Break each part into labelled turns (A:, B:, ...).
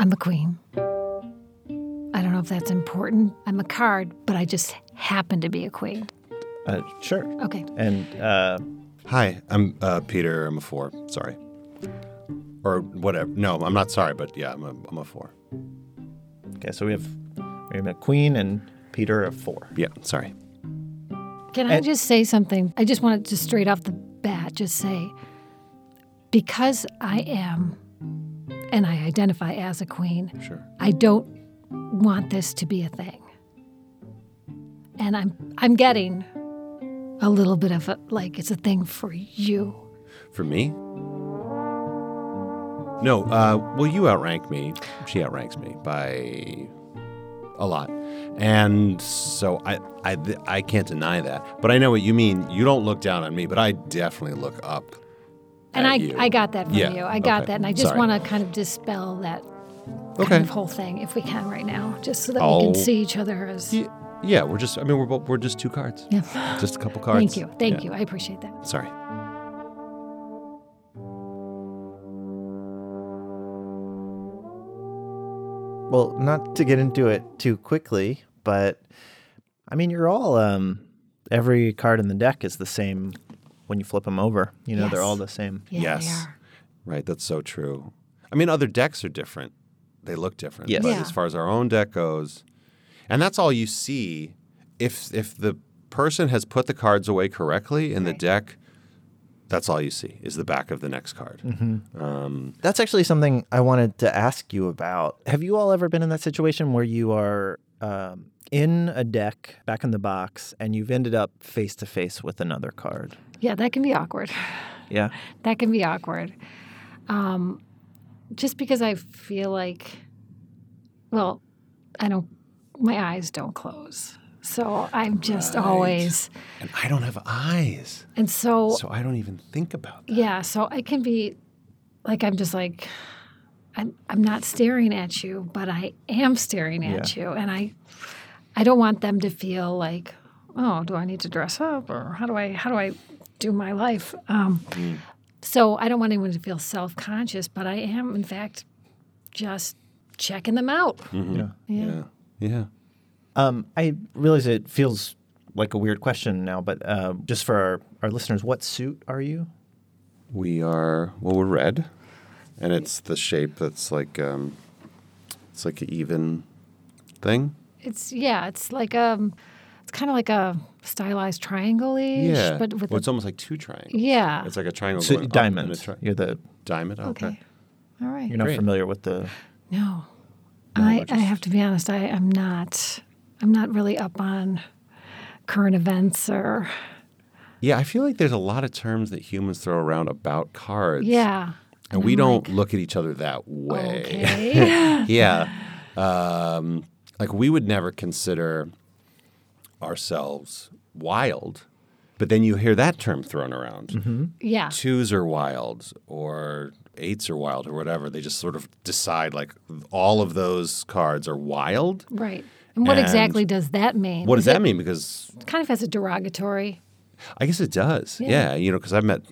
A: I'm a queen. I don't know if that's important. I'm a card, but I just happen to be a queen.
B: Uh, sure.
A: Okay.
B: And uh,
C: Hi, I'm uh, Peter. I'm a four. Sorry. Or whatever. No, I'm not sorry, but yeah, I'm a, I'm a four.
B: okay, so we have we have a queen and Peter of four.
C: Yeah, sorry.
A: Can I
B: And-
A: just say something? I just want to just straight off the bat just say because I am and I identify as a queen,
C: Sure.
A: I don't want this to be a thing. And I'm I'm getting a little bit of a like it's a thing for you.
C: For me? No, uh, well, you outrank me. She outranks me by a lot. And so I, I, I can't deny that. But I know what you mean. You don't look down on me, but I definitely look up.
A: And
C: at
A: I,
C: you.
A: I got that from
C: Yeah,
A: you. I got
C: okay.
A: that. And I just
C: Sorry.
A: want to kind of dispel that
C: Okay.
A: kind of whole thing if we can right now, just so that we
C: I'll-
A: can see each other as.
C: Y- Yeah, we're just, I mean, we're, both, we're just two cards.
A: Yeah.
C: Just a couple cards.
A: Thank you. Thank
C: Yeah.
A: you. I appreciate that.
C: Sorry.
D: Well, not to get into it too quickly, but I mean, you're all um, every card in the deck is the same when you flip them over. You know, they're
A: Yes.
D: all the same.
A: Yeah, they
C: Yes.
A: are.
C: Right, that's so true. I mean, other decks are different. They look different.
D: Yes.
C: But
A: Yeah.
C: as far as our own deck goes, and that's all you see. If if the person has put the cards away correctly in the deck, that's all you see is the back of the next card.
D: That's actually something I wanted to ask you about. Have you all ever been in that situation where you are um, in a deck back in the box and you've ended up face to face with another card?
A: Yeah, that can be awkward.
D: Yeah.
A: That can be awkward. Um, just because I feel like, well, I don't, my eyes don't close. So I'm just
C: Right.
A: always,
C: And I don't have eyes,
A: and so,
C: so I don't even think about that.
A: yeah, so I can be like, I'm just like, I'm, I'm not staring at you, but I am staring at you. And I, I don't want them to feel like, oh, do I need to dress up or how do I, how do I do my life? Um,
C: Mm.
A: So I don't want anyone to feel self conscious, but I am, in fact, just checking them out.
D: Yeah.
A: Yeah.
C: Mm-hmm. Yeah, yeah.
D: Um, I realize it feels like a weird question now, but uh, just for our, our listeners, what suit are you?
C: We are well, we're red, and it's the shape that's like um, it's like an even thing.
A: It's yeah, it's like um, it's kind of like a stylized triangle ish,
C: Yeah,
A: but with
C: well,
A: a-
C: it's almost like two triangles.
A: yeah.
C: It's like a triangle.
D: Su-
C: going up and a
D: diamond.
C: tri-
D: you're the
C: diamond. Okay.
A: okay. all right.
D: you're not
C: Great.
D: familiar with the
A: no,
C: we're
A: I, I
C: just-
A: have to be honest. I am not. I'm not really up on current events or
C: Yeah, I feel like there's a lot of terms that humans throw around about cards.
A: yeah.
C: And we don't look at each other that way.
A: Okay.
C: yeah. Um, like we would never consider ourselves wild, but then you hear that term thrown around.
A: yeah.
C: Twos are wild or eights are wild or whatever. They just sort of decide like all of those cards are wild.
A: Right. And what
C: And-
A: exactly does that mean?
C: What does
A: Is
C: that mean? Because
A: It kind of has a derogatory
C: I guess it does.
A: Yeah.
C: Yeah, you know, because I've met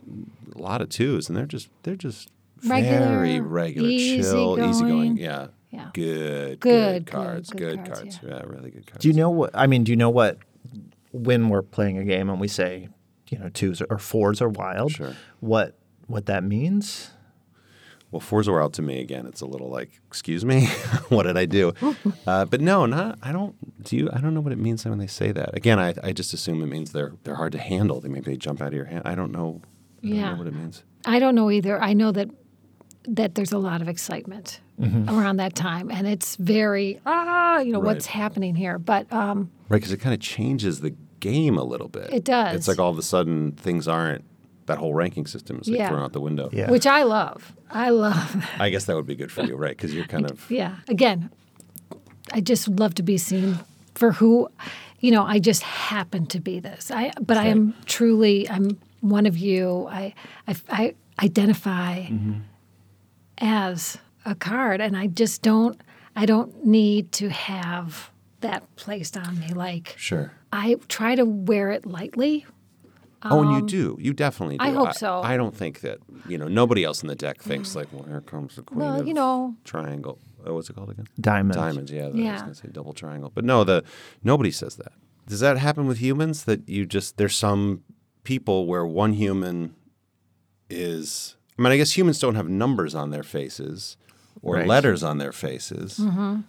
C: a lot of twos, and they're just they're just
A: Regular,
C: very regular, chill,
A: easygoing.
C: easygoing. Yeah,
A: Yeah.
C: Good, good,
A: Good,
C: cards,
A: good,
C: good,
A: good cards,
C: cards. Yeah. really good cards.
D: Do you know what I mean? Do you know what when we're playing a game and we say, you know, twos or fours are wild?
C: Sure.
D: What what that means?
C: Well, fours are out to me again. It's a little like, excuse me, what did I do? uh, but no, not. I don't. Do you? I don't know what it means when they say that. Again, I, I just assume it means they're they're hard to handle. They maybe they jump out of your hand. I don't know. I don't
A: Yeah.
C: know what it means.
A: I don't know either. I know that that there's a lot of excitement
C: Mm-hmm.
A: around that time, and it's very ah, you know what's happening here. But um,
C: Right, because it kind of changes the game a little bit.
A: It does.
C: It's like all of a sudden things aren't that whole ranking system is like
A: Yeah.
C: thrown out the window.
D: Yeah.
A: which I love, I love.
C: I guess that would be good for you, right? Because you're kind of
A: Yeah. Again, I just love to be seen for who, you know, I just happen to be this. I, but I am truly, I'm one of you. I, I, I identify
D: Mm-hmm.
A: as a card, and I just don't, I don't need to have that placed on me. Like
C: sure.
A: I try to wear it lightly.
C: oh, and you do. You definitely do.
A: Um, I hope so.
C: I don't think that you know nobody else in the deck thinks like, well, here comes the queen.
A: Well,
C: of
A: you know.
C: triangle. Oh, what's it called again?
D: Diamonds.
C: Diamonds. Yeah, I was
A: Yeah.
C: gonna say double triangle, but no, the nobody says that. Does that happen with humans? That you just there's some people where one human is. I mean, I guess humans don't have numbers on their faces or
D: Right.
C: letters on their faces,
A: Mm-hmm.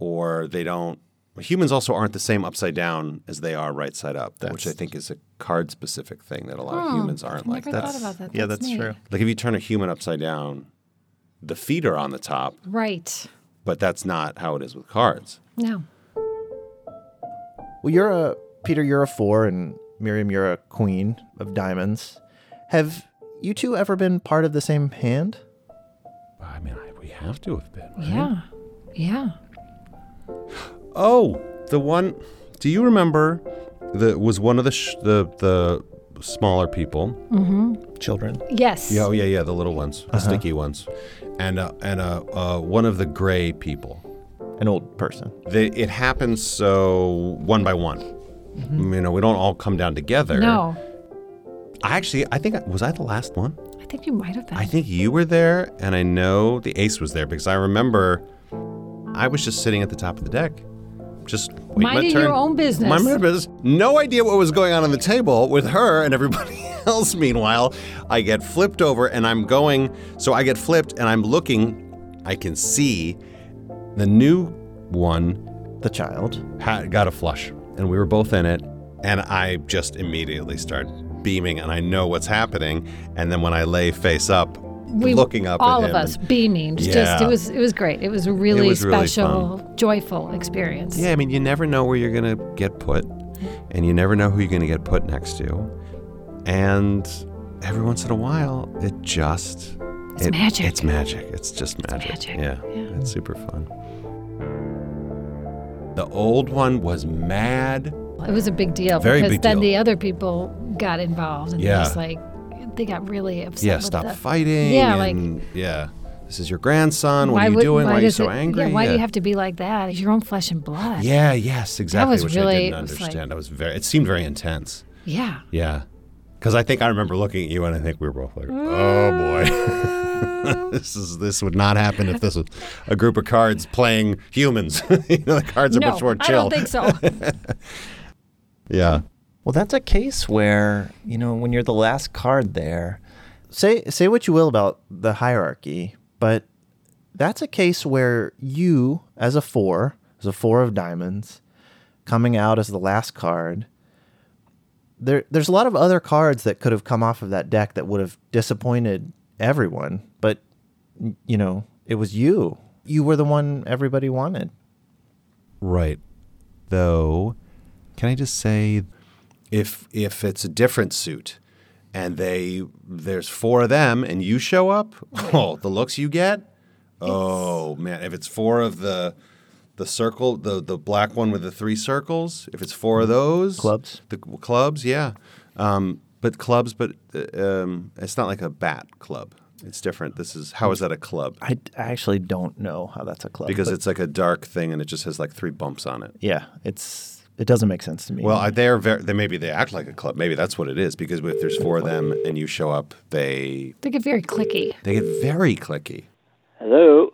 C: or they don't. Humans also aren't the same upside down as they are right side up, which I think is a card specific thing that a lot of humans aren't like
A: Hmm. Never
C: that.
A: thought about that.
D: yeah, that's
A: neat.
D: true.
C: Like if you turn a human upside down, the feet are on the top,
A: Right.
C: but that's not how it is with cards.
A: No.
D: Well, you're a Peter. You're a four, and Miriam, you're a queen of diamonds. Have you two ever been part of the same hand?
C: I mean, I, we have to have been.
A: Yeah. Yeah.
C: Oh, the one. Do you remember? That was one of the sh- the the smaller people.
D: Children.
A: Yes.
C: Yeah, oh yeah, yeah, the little ones, the sticky ones, and uh, and uh, uh, one of the gray people.
D: An old person.
C: They, it happens so one by one. You know, we don't all come down together.
A: No.
C: I actually, I think I- was I the last one?
A: I think you might have been.
C: I think you were there, and I know the ace was there because I remember I was just sitting at the top of the deck, just waiting my
A: Minding
C: turn.
A: your own business.
C: Minding my own business. No idea what was going on on the table with her and everybody else. Meanwhile, I get flipped over, and I'm going. So I get flipped, and I'm looking. I can see the new one
D: The child.
C: had got a flush, and we were both in it. And I just immediately start beaming, and I know what's happening. And then when I lay face up, looking up at
A: all
C: him
A: of
C: and-
A: us beaming just
C: Yeah.
A: it was it was great it was a really
C: was really
A: special joyful experience
C: Yeah, I mean, you never know where you're going to get put, and you never know who you're going to get put next to. And every once in a while, it just. It's
A: magic.
C: It's magic. It's just magic.
A: magic,
C: Yeah, It's super fun. The old one was mad.
A: it was a big deal
C: Very
A: because
C: big
A: then
C: deal.
A: the other people got involved and
C: Yeah.
A: just like they got really upset
C: Yeah,
A: with
C: stop
A: the-
C: fighting.
A: Yeah, like-
C: and, yeah. This is your grandson. What
A: why
C: are you
A: would-
C: doing? Why, are you
A: does
C: so
A: it-
C: angry?
A: yeah why do you have to be like that it's your own flesh and blood
C: Yeah, yes, exactly.
A: was
C: which I
A: really-
C: didn't
A: it was like-
C: understand. I was very. It seemed very intense.
A: yeah
C: Yeah. Because I think I remember looking at you and I think we were both like, oh boy. this is this would not happen if this was a group of cards playing humans. you know, the cards are
A: no
C: much more
A: i
C: chill.
A: don't think so
C: yeah.
D: Well, that's a case where, you know, when you're the last card there, say say what you will about the hierarchy, but that's a case where you as a 4, as a 4 of diamonds, coming out as the last card, there there's a lot of other cards that could have come off of that deck that would have disappointed everyone, but you know, it was you. You were the one everybody wanted.
C: Right. Though, can I just say if if it's a different suit and they there's four of them and you show up, oh, the looks you get? Oh, man, if it's four of the the circle, the the black one with the three circles, if it's four of those
D: Mm-hmm. Clubs.
C: the c- clubs, yeah. Um, but clubs, but uh, um, it's not like a bat club. It's different. This is how is that a club?
D: I, I actually don't know how that's a club
C: Because
D: but-
C: it's like a dark thing and it just has like three bumps on it.
D: yeah, it's it doesn't make sense to me.
C: Well, I- they're very, they maybe they act like a club. Maybe that's what it is. Because if there's four of them and you show up, they
A: they get very clicky
C: they get very clicky.
E: Hello.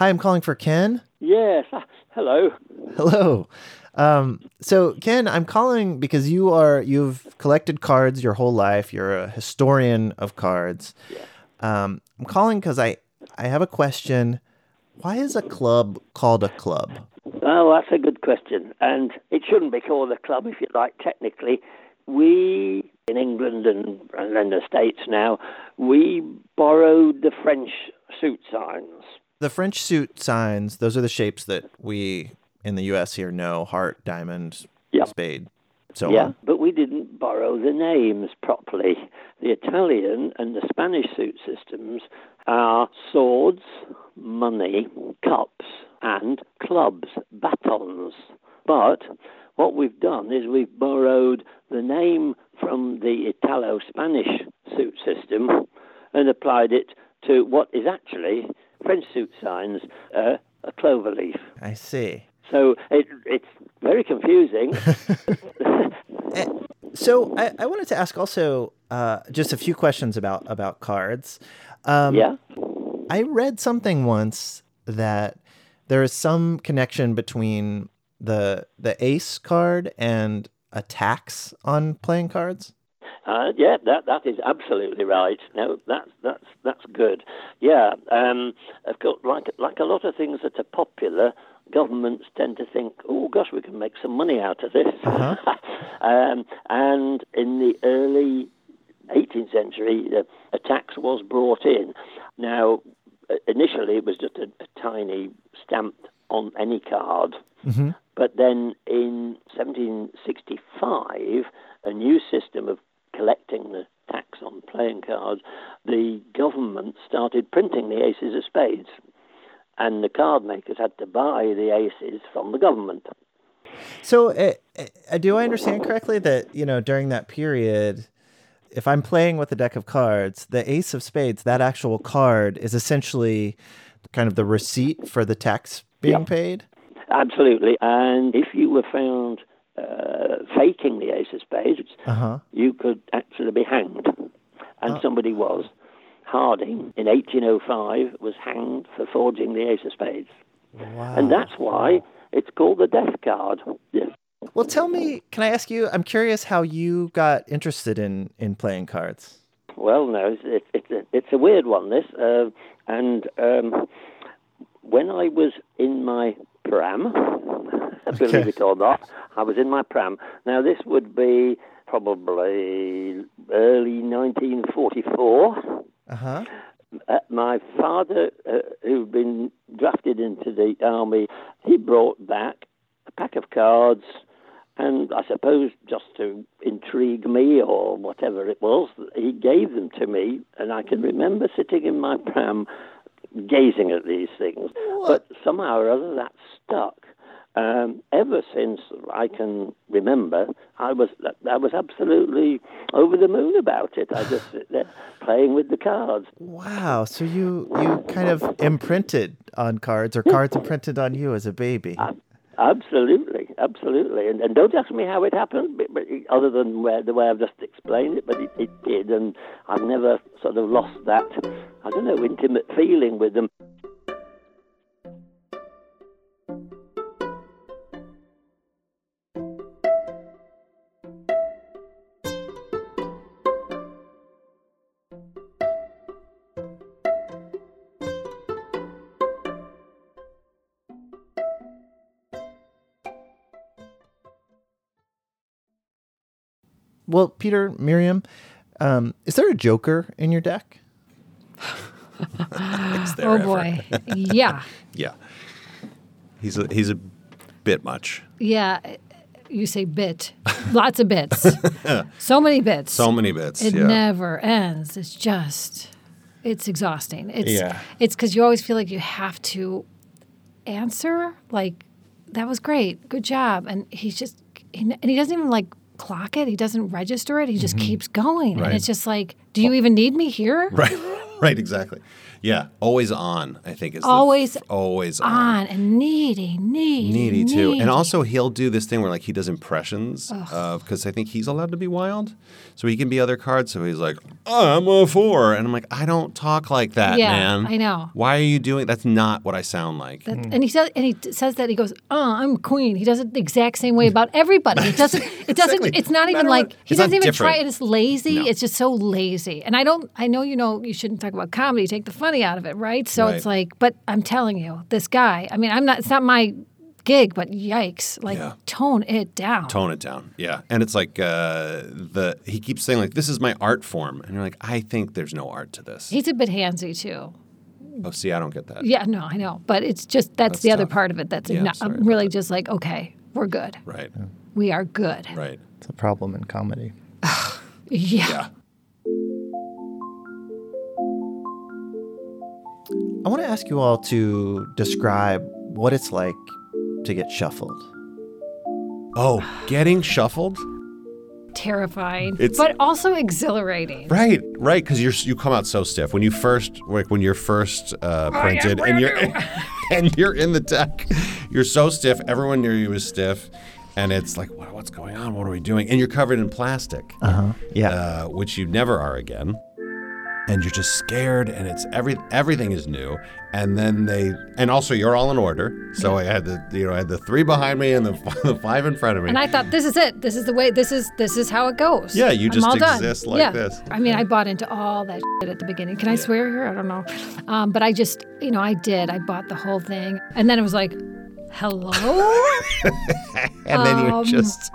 D: Hi, I'm calling for Ken.
E: Yes. ah, Hello.
D: Hello. Um, so Ken, I'm calling because you are you've collected cards your whole life. You're a historian of cards. Um, I'm calling because I I have a question. Why is a club called a club?
E: Oh, that's a good question. And it shouldn't be called a club, if you like, technically. We, in England and, and then the States now, we borrowed the French suit signs.
D: The French suit signs, those are the shapes that we in the US here know heart, diamond,
E: Yep.
D: spade, so
E: yeah,
D: on.
E: but we didn't borrow the names properly. The Italian and the Spanish suit systems are swords, money, cups, and clubs, batons. But what we've done is we've borrowed the name from the Italo Spanish suit system and applied it to what is actually French suit signs, uh, a clover leaf.
D: I see.
E: So it, it's very confusing.
D: So I, I wanted to ask also uh, just a few questions about about cards. Um,
E: yeah.
D: I read something once that there is some connection between the the ace card and a tax on playing cards.
E: Uh, yeah, that that is absolutely right. No, that's that's that's good. Yeah, um, of course, like like a lot of things that are popular, governments tend to think, oh gosh, we can make some money out of this. um, and in the early 18th century, uh, a tax was brought in. Now, uh, initially, it was just a, a tiny stamp on any card. But then in 1765, a new system of collecting the tax on playing cards, the government started printing the aces of spades. And the card makers had to buy the aces from the government.
D: So uh, uh, do I understand correctly that you know during that period, if I'm playing with a deck of cards, the ace of spades, that actual card, is essentially kind of the receipt for the tax being paid.
E: Absolutely. And if you were found uh, faking the ace of spades,
D: Uh-huh.
E: you could actually be hanged. And somebody was. Harding, in 1805, was hanged for forging the ace of spades.
D: Wow.
E: And that's why it's called the death card. Yes.
D: Well, tell me, can I ask you? I'm curious how you got interested in in playing cards.
E: Well, no, it's, it's, it's, a, it's a weird one, this. Uh, and um, when I was in my pram, believe it or not, I was in my pram. Now, this would be probably early 1944.
D: Uh huh.
E: Uh, my father, uh, who'd been drafted into the army, he brought back a pack of cards, and I suppose just to intrigue me or whatever it was, he gave them to me, and I can remember sitting in my pram, gazing at these things. But somehow or other, that stuck. Um, ever since I can remember, I was I was absolutely over the moon about it. I just sit there playing with the cards.
D: Wow. So you you kind of imprinted on cards, or cards imprinted on you as a baby.
E: Absolutely, absolutely. And, and don't ask me how it happened, but, but it- other than where, the way I've just explained it, but it, it did. And I've never sort of lost that, I don't know, intimate feeling with them.
D: Well, Peter, Miriam, um, is there a joker in your deck?
C: their
A: Oh
C: effort.
A: boy. yeah.
C: Yeah. He's a, he's a bit much.
A: Yeah. You say bit. Lots of bits. so many bits.
C: So many bits.
A: it
C: yeah.
A: never ends. It's just it's exhausting. It's
B: Yeah.
A: it's cuz you always feel like you have to answer like that was great. Good job. And he's just he, and he doesn't even like clock it. He doesn't register it. He just keeps going.
C: Mm-hmm. Right.
A: And it's just like, do you even need me here?
C: right. Right. Exactly. Yeah. Always on. I think is the f-
A: Always
C: always on.
A: On and needy, needy,
C: Needy too,
A: needy.
C: and also he'll do this thing where like he does impressions of because I think he's allowed to be wild, so he can be other cards. So he's like, "I'm a four. and I'm like, "I don't talk like that,
A: Yeah,
C: man.
A: I know.
C: Why are you doing? That's not what I sound like.
A: That- And he says, and he t- says that he goes, "Oh, I'm queen." He does it the exact same way about everybody. It doesn't. It doesn't.
C: Exactly.
A: It's not
C: No
A: even
C: matter
A: like
C: what.
A: he
C: It's not
A: doesn't even try.
C: different.
A: It is lazy.
C: No.
A: It's just so lazy. And I don't. I know you know you shouldn't talk about comedy. Take the funny out of it, right? So it's
C: Right.
A: like, but I'm telling you, this guy. I mean, I'm not. It's not my gig, but yikes! Like,
C: Yeah.
A: tone it down.
C: tone it down. Yeah, and it's like uh, the he keeps saying like this is my art form, and you're like, I think there's no art to this.
A: He's a bit handsy too.
C: Oh, see, I don't get that.
A: Yeah, no, I know. But it's just that's,
C: That's
A: the other
C: tough.
A: part of it that's
C: Yeah,
A: not,
C: sorry
A: I'm
C: about
A: really just like, okay, we're good.
C: Right.
A: We are good.
C: Right.
D: It's a problem in comedy.
A: Yeah.
D: I want to ask you all to describe what it's like to get shuffled.
C: Oh, getting shuffled?
A: Terrifying,
C: It's-
A: but also exhilarating.
C: Right, right, because you're you come out so stiff when you first like when you're first uh, printed and you're and you're in the deck, you're so stiff. Everyone near you is stiff, and it's like what, what's going on? What are we doing? And you're covered in plastic,
D: Uh-huh. Yeah.
C: uh, which you never are again. And you're just scared, and it's every everything is new. And then they and also you're all in order. So I had the you know I had the three behind me and the, the five in front of me.
A: And I thought, this is it. This is the way. This is this is how it goes.
C: Yeah, you
A: I'm
C: just
A: all done.
C: exist like
A: Yeah.
C: this.
A: I mean, I bought into all that shit at the beginning. Can I swear here? I don't know, um, but I just, you know, I did. I bought the whole thing, and then it was like, hello.
C: and then
A: Um.
C: you're just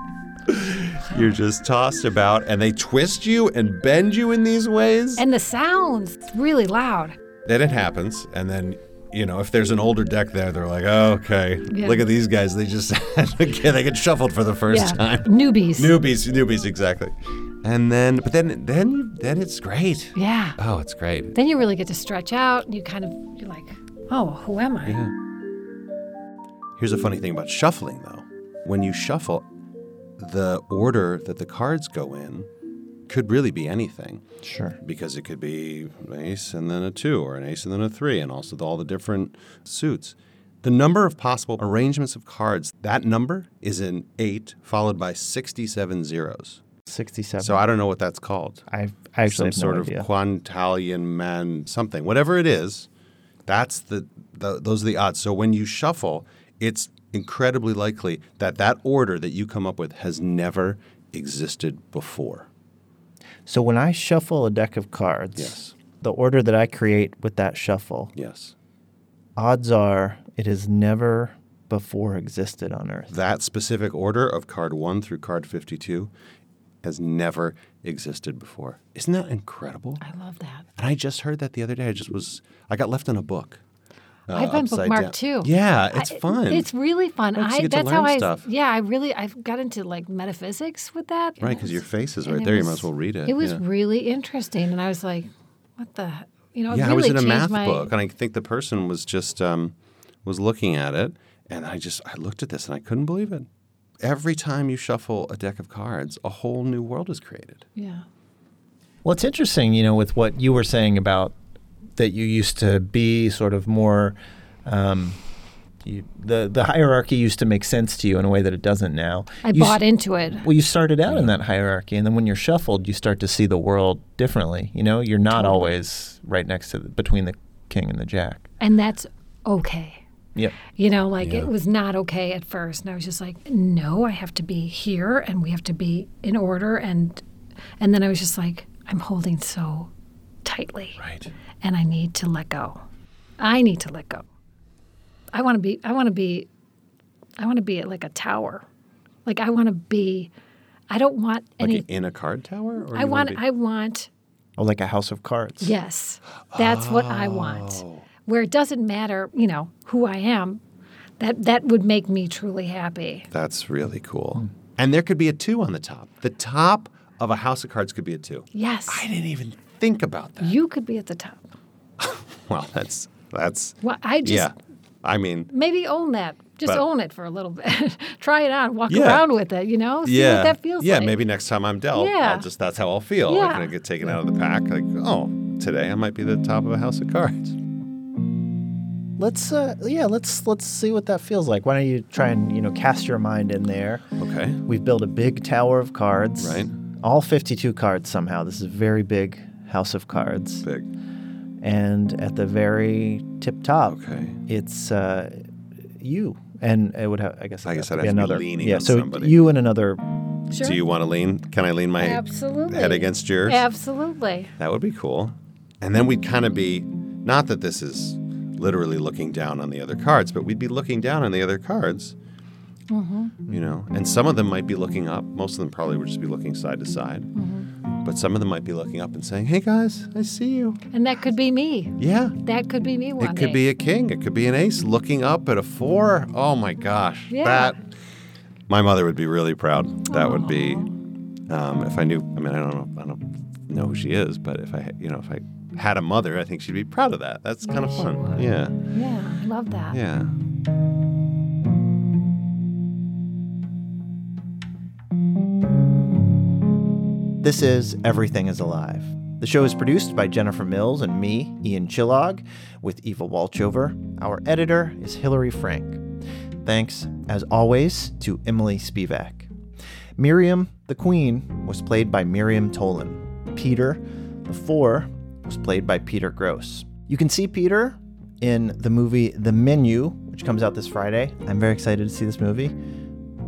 C: you're just tossed about and they twist you and bend you in these ways
A: and the sounds it's really loud.
C: then it happens and then you know if there's an older deck there they're like oh, okay
A: Yeah.
C: look at these guys they just again they get shuffled for the first time
A: newbies.
C: newbies newbies exactly and then but then then then it's great
A: yeah.
C: oh it's great
A: Then you really get to stretch out, and you kind of you're like, oh, who am I?
C: Here's a funny thing about shuffling, though. When you shuffle, the order that the cards go in could really be anything
D: sure.
C: because it could be an ace and then a two, or an ace and then a three, and also the- all the different suits. The number of possible arrangements of cards, that number is an eight followed by 67 zeros.
D: 67.
C: So I don't know what that's called.
D: I, I actually
C: Some
D: have no
C: sort
D: idea.
C: of quantalian man something, whatever it is. That's the, the those are the odds. So when you shuffle, it's incredibly likely that that order that you come up with has never existed before.
D: So when I shuffle a deck of cards,
C: Yes.
D: the order that I create with that shuffle,
C: Yes,
D: odds are it has never before existed on Earth.
C: that specific order of card one through card fifty-two has never existed before. Isn't that incredible?
A: I love that.
C: And I just heard that the other day. I just was I got left in a book. uh,
A: I've been
C: upside
A: bookmarked
C: down.
A: too.
C: Yeah, it's
A: I-
C: fun.
A: It's really fun.
C: Right, 'cause you
A: I
C: get to
A: that's how
C: learn
A: I
C: stuff.
A: yeah. I really I have got into like metaphysics with that. and
C: Right,
A: it
C: 'cause your
A: was-
C: face is
A: and
C: right
A: it
C: there. You might
A: was-
C: as well read it,
A: It was
C: yeah.
A: really interesting, and I was like, what the you know? it
C: yeah,
A: really
C: I was in a
A: changed
C: math
A: my,
C: book, and I think the person was just um, was looking at it, and I just I looked at this and I couldn't believe it. Every time you shuffle a deck of cards, a whole new world is created.
A: Yeah,
D: Well, it's interesting, you know, with what you were saying about that you used to be sort of more. Um, you, the the hierarchy used to make sense to you in a way that it doesn't now.
A: I
D: You s-
A: bought into it.
D: Well, you started out in that hierarchy, and then when you're shuffled, you start to see the world differently. You know, you're not always right next to the, between the king and the jack.
A: and that's okay.
D: Yep.
A: You know, like it was not okay at first, and I was just like, no, I have to be here, and we have to be in order, and and then I was just like, I'm holding so tightly,
C: Right.
A: and I need to let go. I need to let go. I want to be. I want to be. I want to be like a tower. Like I want to be. I don't want
C: Like
A: any.
C: in a card tower? Or
A: I
C: you
A: want.
C: wanna be-
A: I want.
D: Oh, like a house of cards.
A: Yes, that's what I want.
C: Oh.
A: Where it doesn't matter, you know, who I am. That that would make me truly happy.
C: That's really
A: Hmm.
C: cool. And there could be a two on the top. The top of a house of cards could be a two.
A: Yes,
C: I didn't even think about that.
A: you could be at the top.
C: Well, that's that's
A: Well, I just
C: yeah. I mean,
A: maybe own that. Just
C: But-
A: own it for a little bit. Try it on. Walk
C: Yeah.
A: around with it. You know. See
C: yeah,
A: what that feels
C: yeah.
A: like.
C: Maybe next time I'm dealt,
A: Yeah.
C: I'll just that's how I'll feel. Like when
A: Yeah.
C: I get taken out of the pack, like oh, today I might be the top of a house of cards.
D: Let's uh, yeah, let's let's see what that feels like. Why don't you try and you know cast your mind in there?
C: Okay.
D: We've built a big tower of cards.
C: Right.
D: All 52 cards somehow. This is a very big house of cards.
C: Big.
D: And at the very tip top,
C: Okay.
D: it's uh, you. And it would have, I guess,
C: I
D: it'd
C: guess
D: have
C: I'd
D: to be
C: have to be
D: another.
C: leaning
D: yeah,
C: on
D: so
C: somebody.
D: you and another.
A: Sure.
C: Do you want to lean? Can I lean my
A: Absolutely.
C: head against yours?
A: Absolutely.
C: That would be cool. And then we'd kind of be, not that this is literally looking down on the other cards, but we'd be looking down on the other cards. You know, and some of them might be looking up. Most of them probably would just be looking side to side. but some of them might be looking up and saying, "Hey guys, I see you."
A: And that could be me.
C: Yeah.
A: That could be me one
C: It
A: day.
C: could be a king. It could be an ace looking up at a four. Oh my gosh.
A: Yeah.
C: That my mother would be really proud. That would be um, if I knew. I mean, I don't know. I don't know who she is, but if I, you know, if I had a mother, I think she'd be proud of that. That's kind of
A: she
C: fun.
A: would.
C: Yeah.
A: Yeah, I love that.
C: Yeah.
D: This is Everything is Alive. The show is produced by Jennifer Mills and me, Ian Chillog, with Eva Walchover. Our editor is Hilary Frank. Thanks, as always, to Emily Spivak. Miriam, the Queen, was played by Miriam Tolan. Peter, the Four, was played by Peter Gross. You can see Peter in the movie The Menu, which comes out this Friday. I'm very excited to see this movie.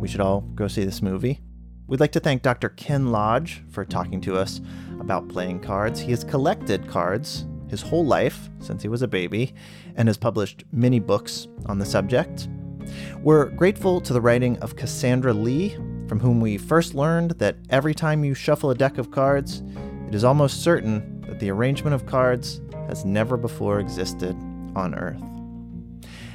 D: We should all go see this movie. We'd like to thank Dr. Ken Lodge for talking to us about playing cards. He has collected cards his whole life since he was a baby and has published many books on the subject. We're grateful to the writing of Cassandra Lee, from whom we first learned that every time you shuffle a deck of cards, it is almost certain that the arrangement of cards has never before existed on Earth.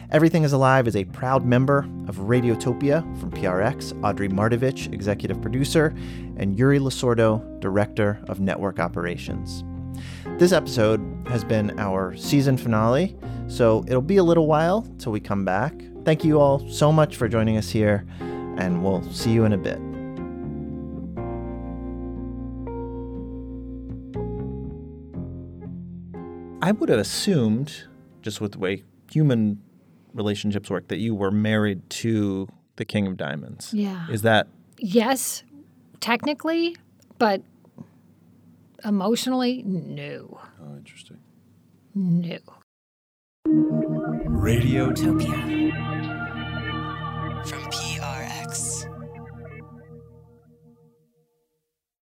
D: Everything is Alive is a proud member of Radiotopia from PRX, Audrey Mardovich, executive producer, and Yuri Lasordo, director of network operations. This episode has been our season finale, so it'll be a little while till we come back. Thank you all so much for joining us here, and we'll see you in a bit. I would have assumed, just with the way human relationships work, that you were married to the King of Diamonds.
A: Yeah.
D: Is that
A: Yes, technically, but emotionally, no,
C: Oh, interesting.
A: no.
F: Radiotopia.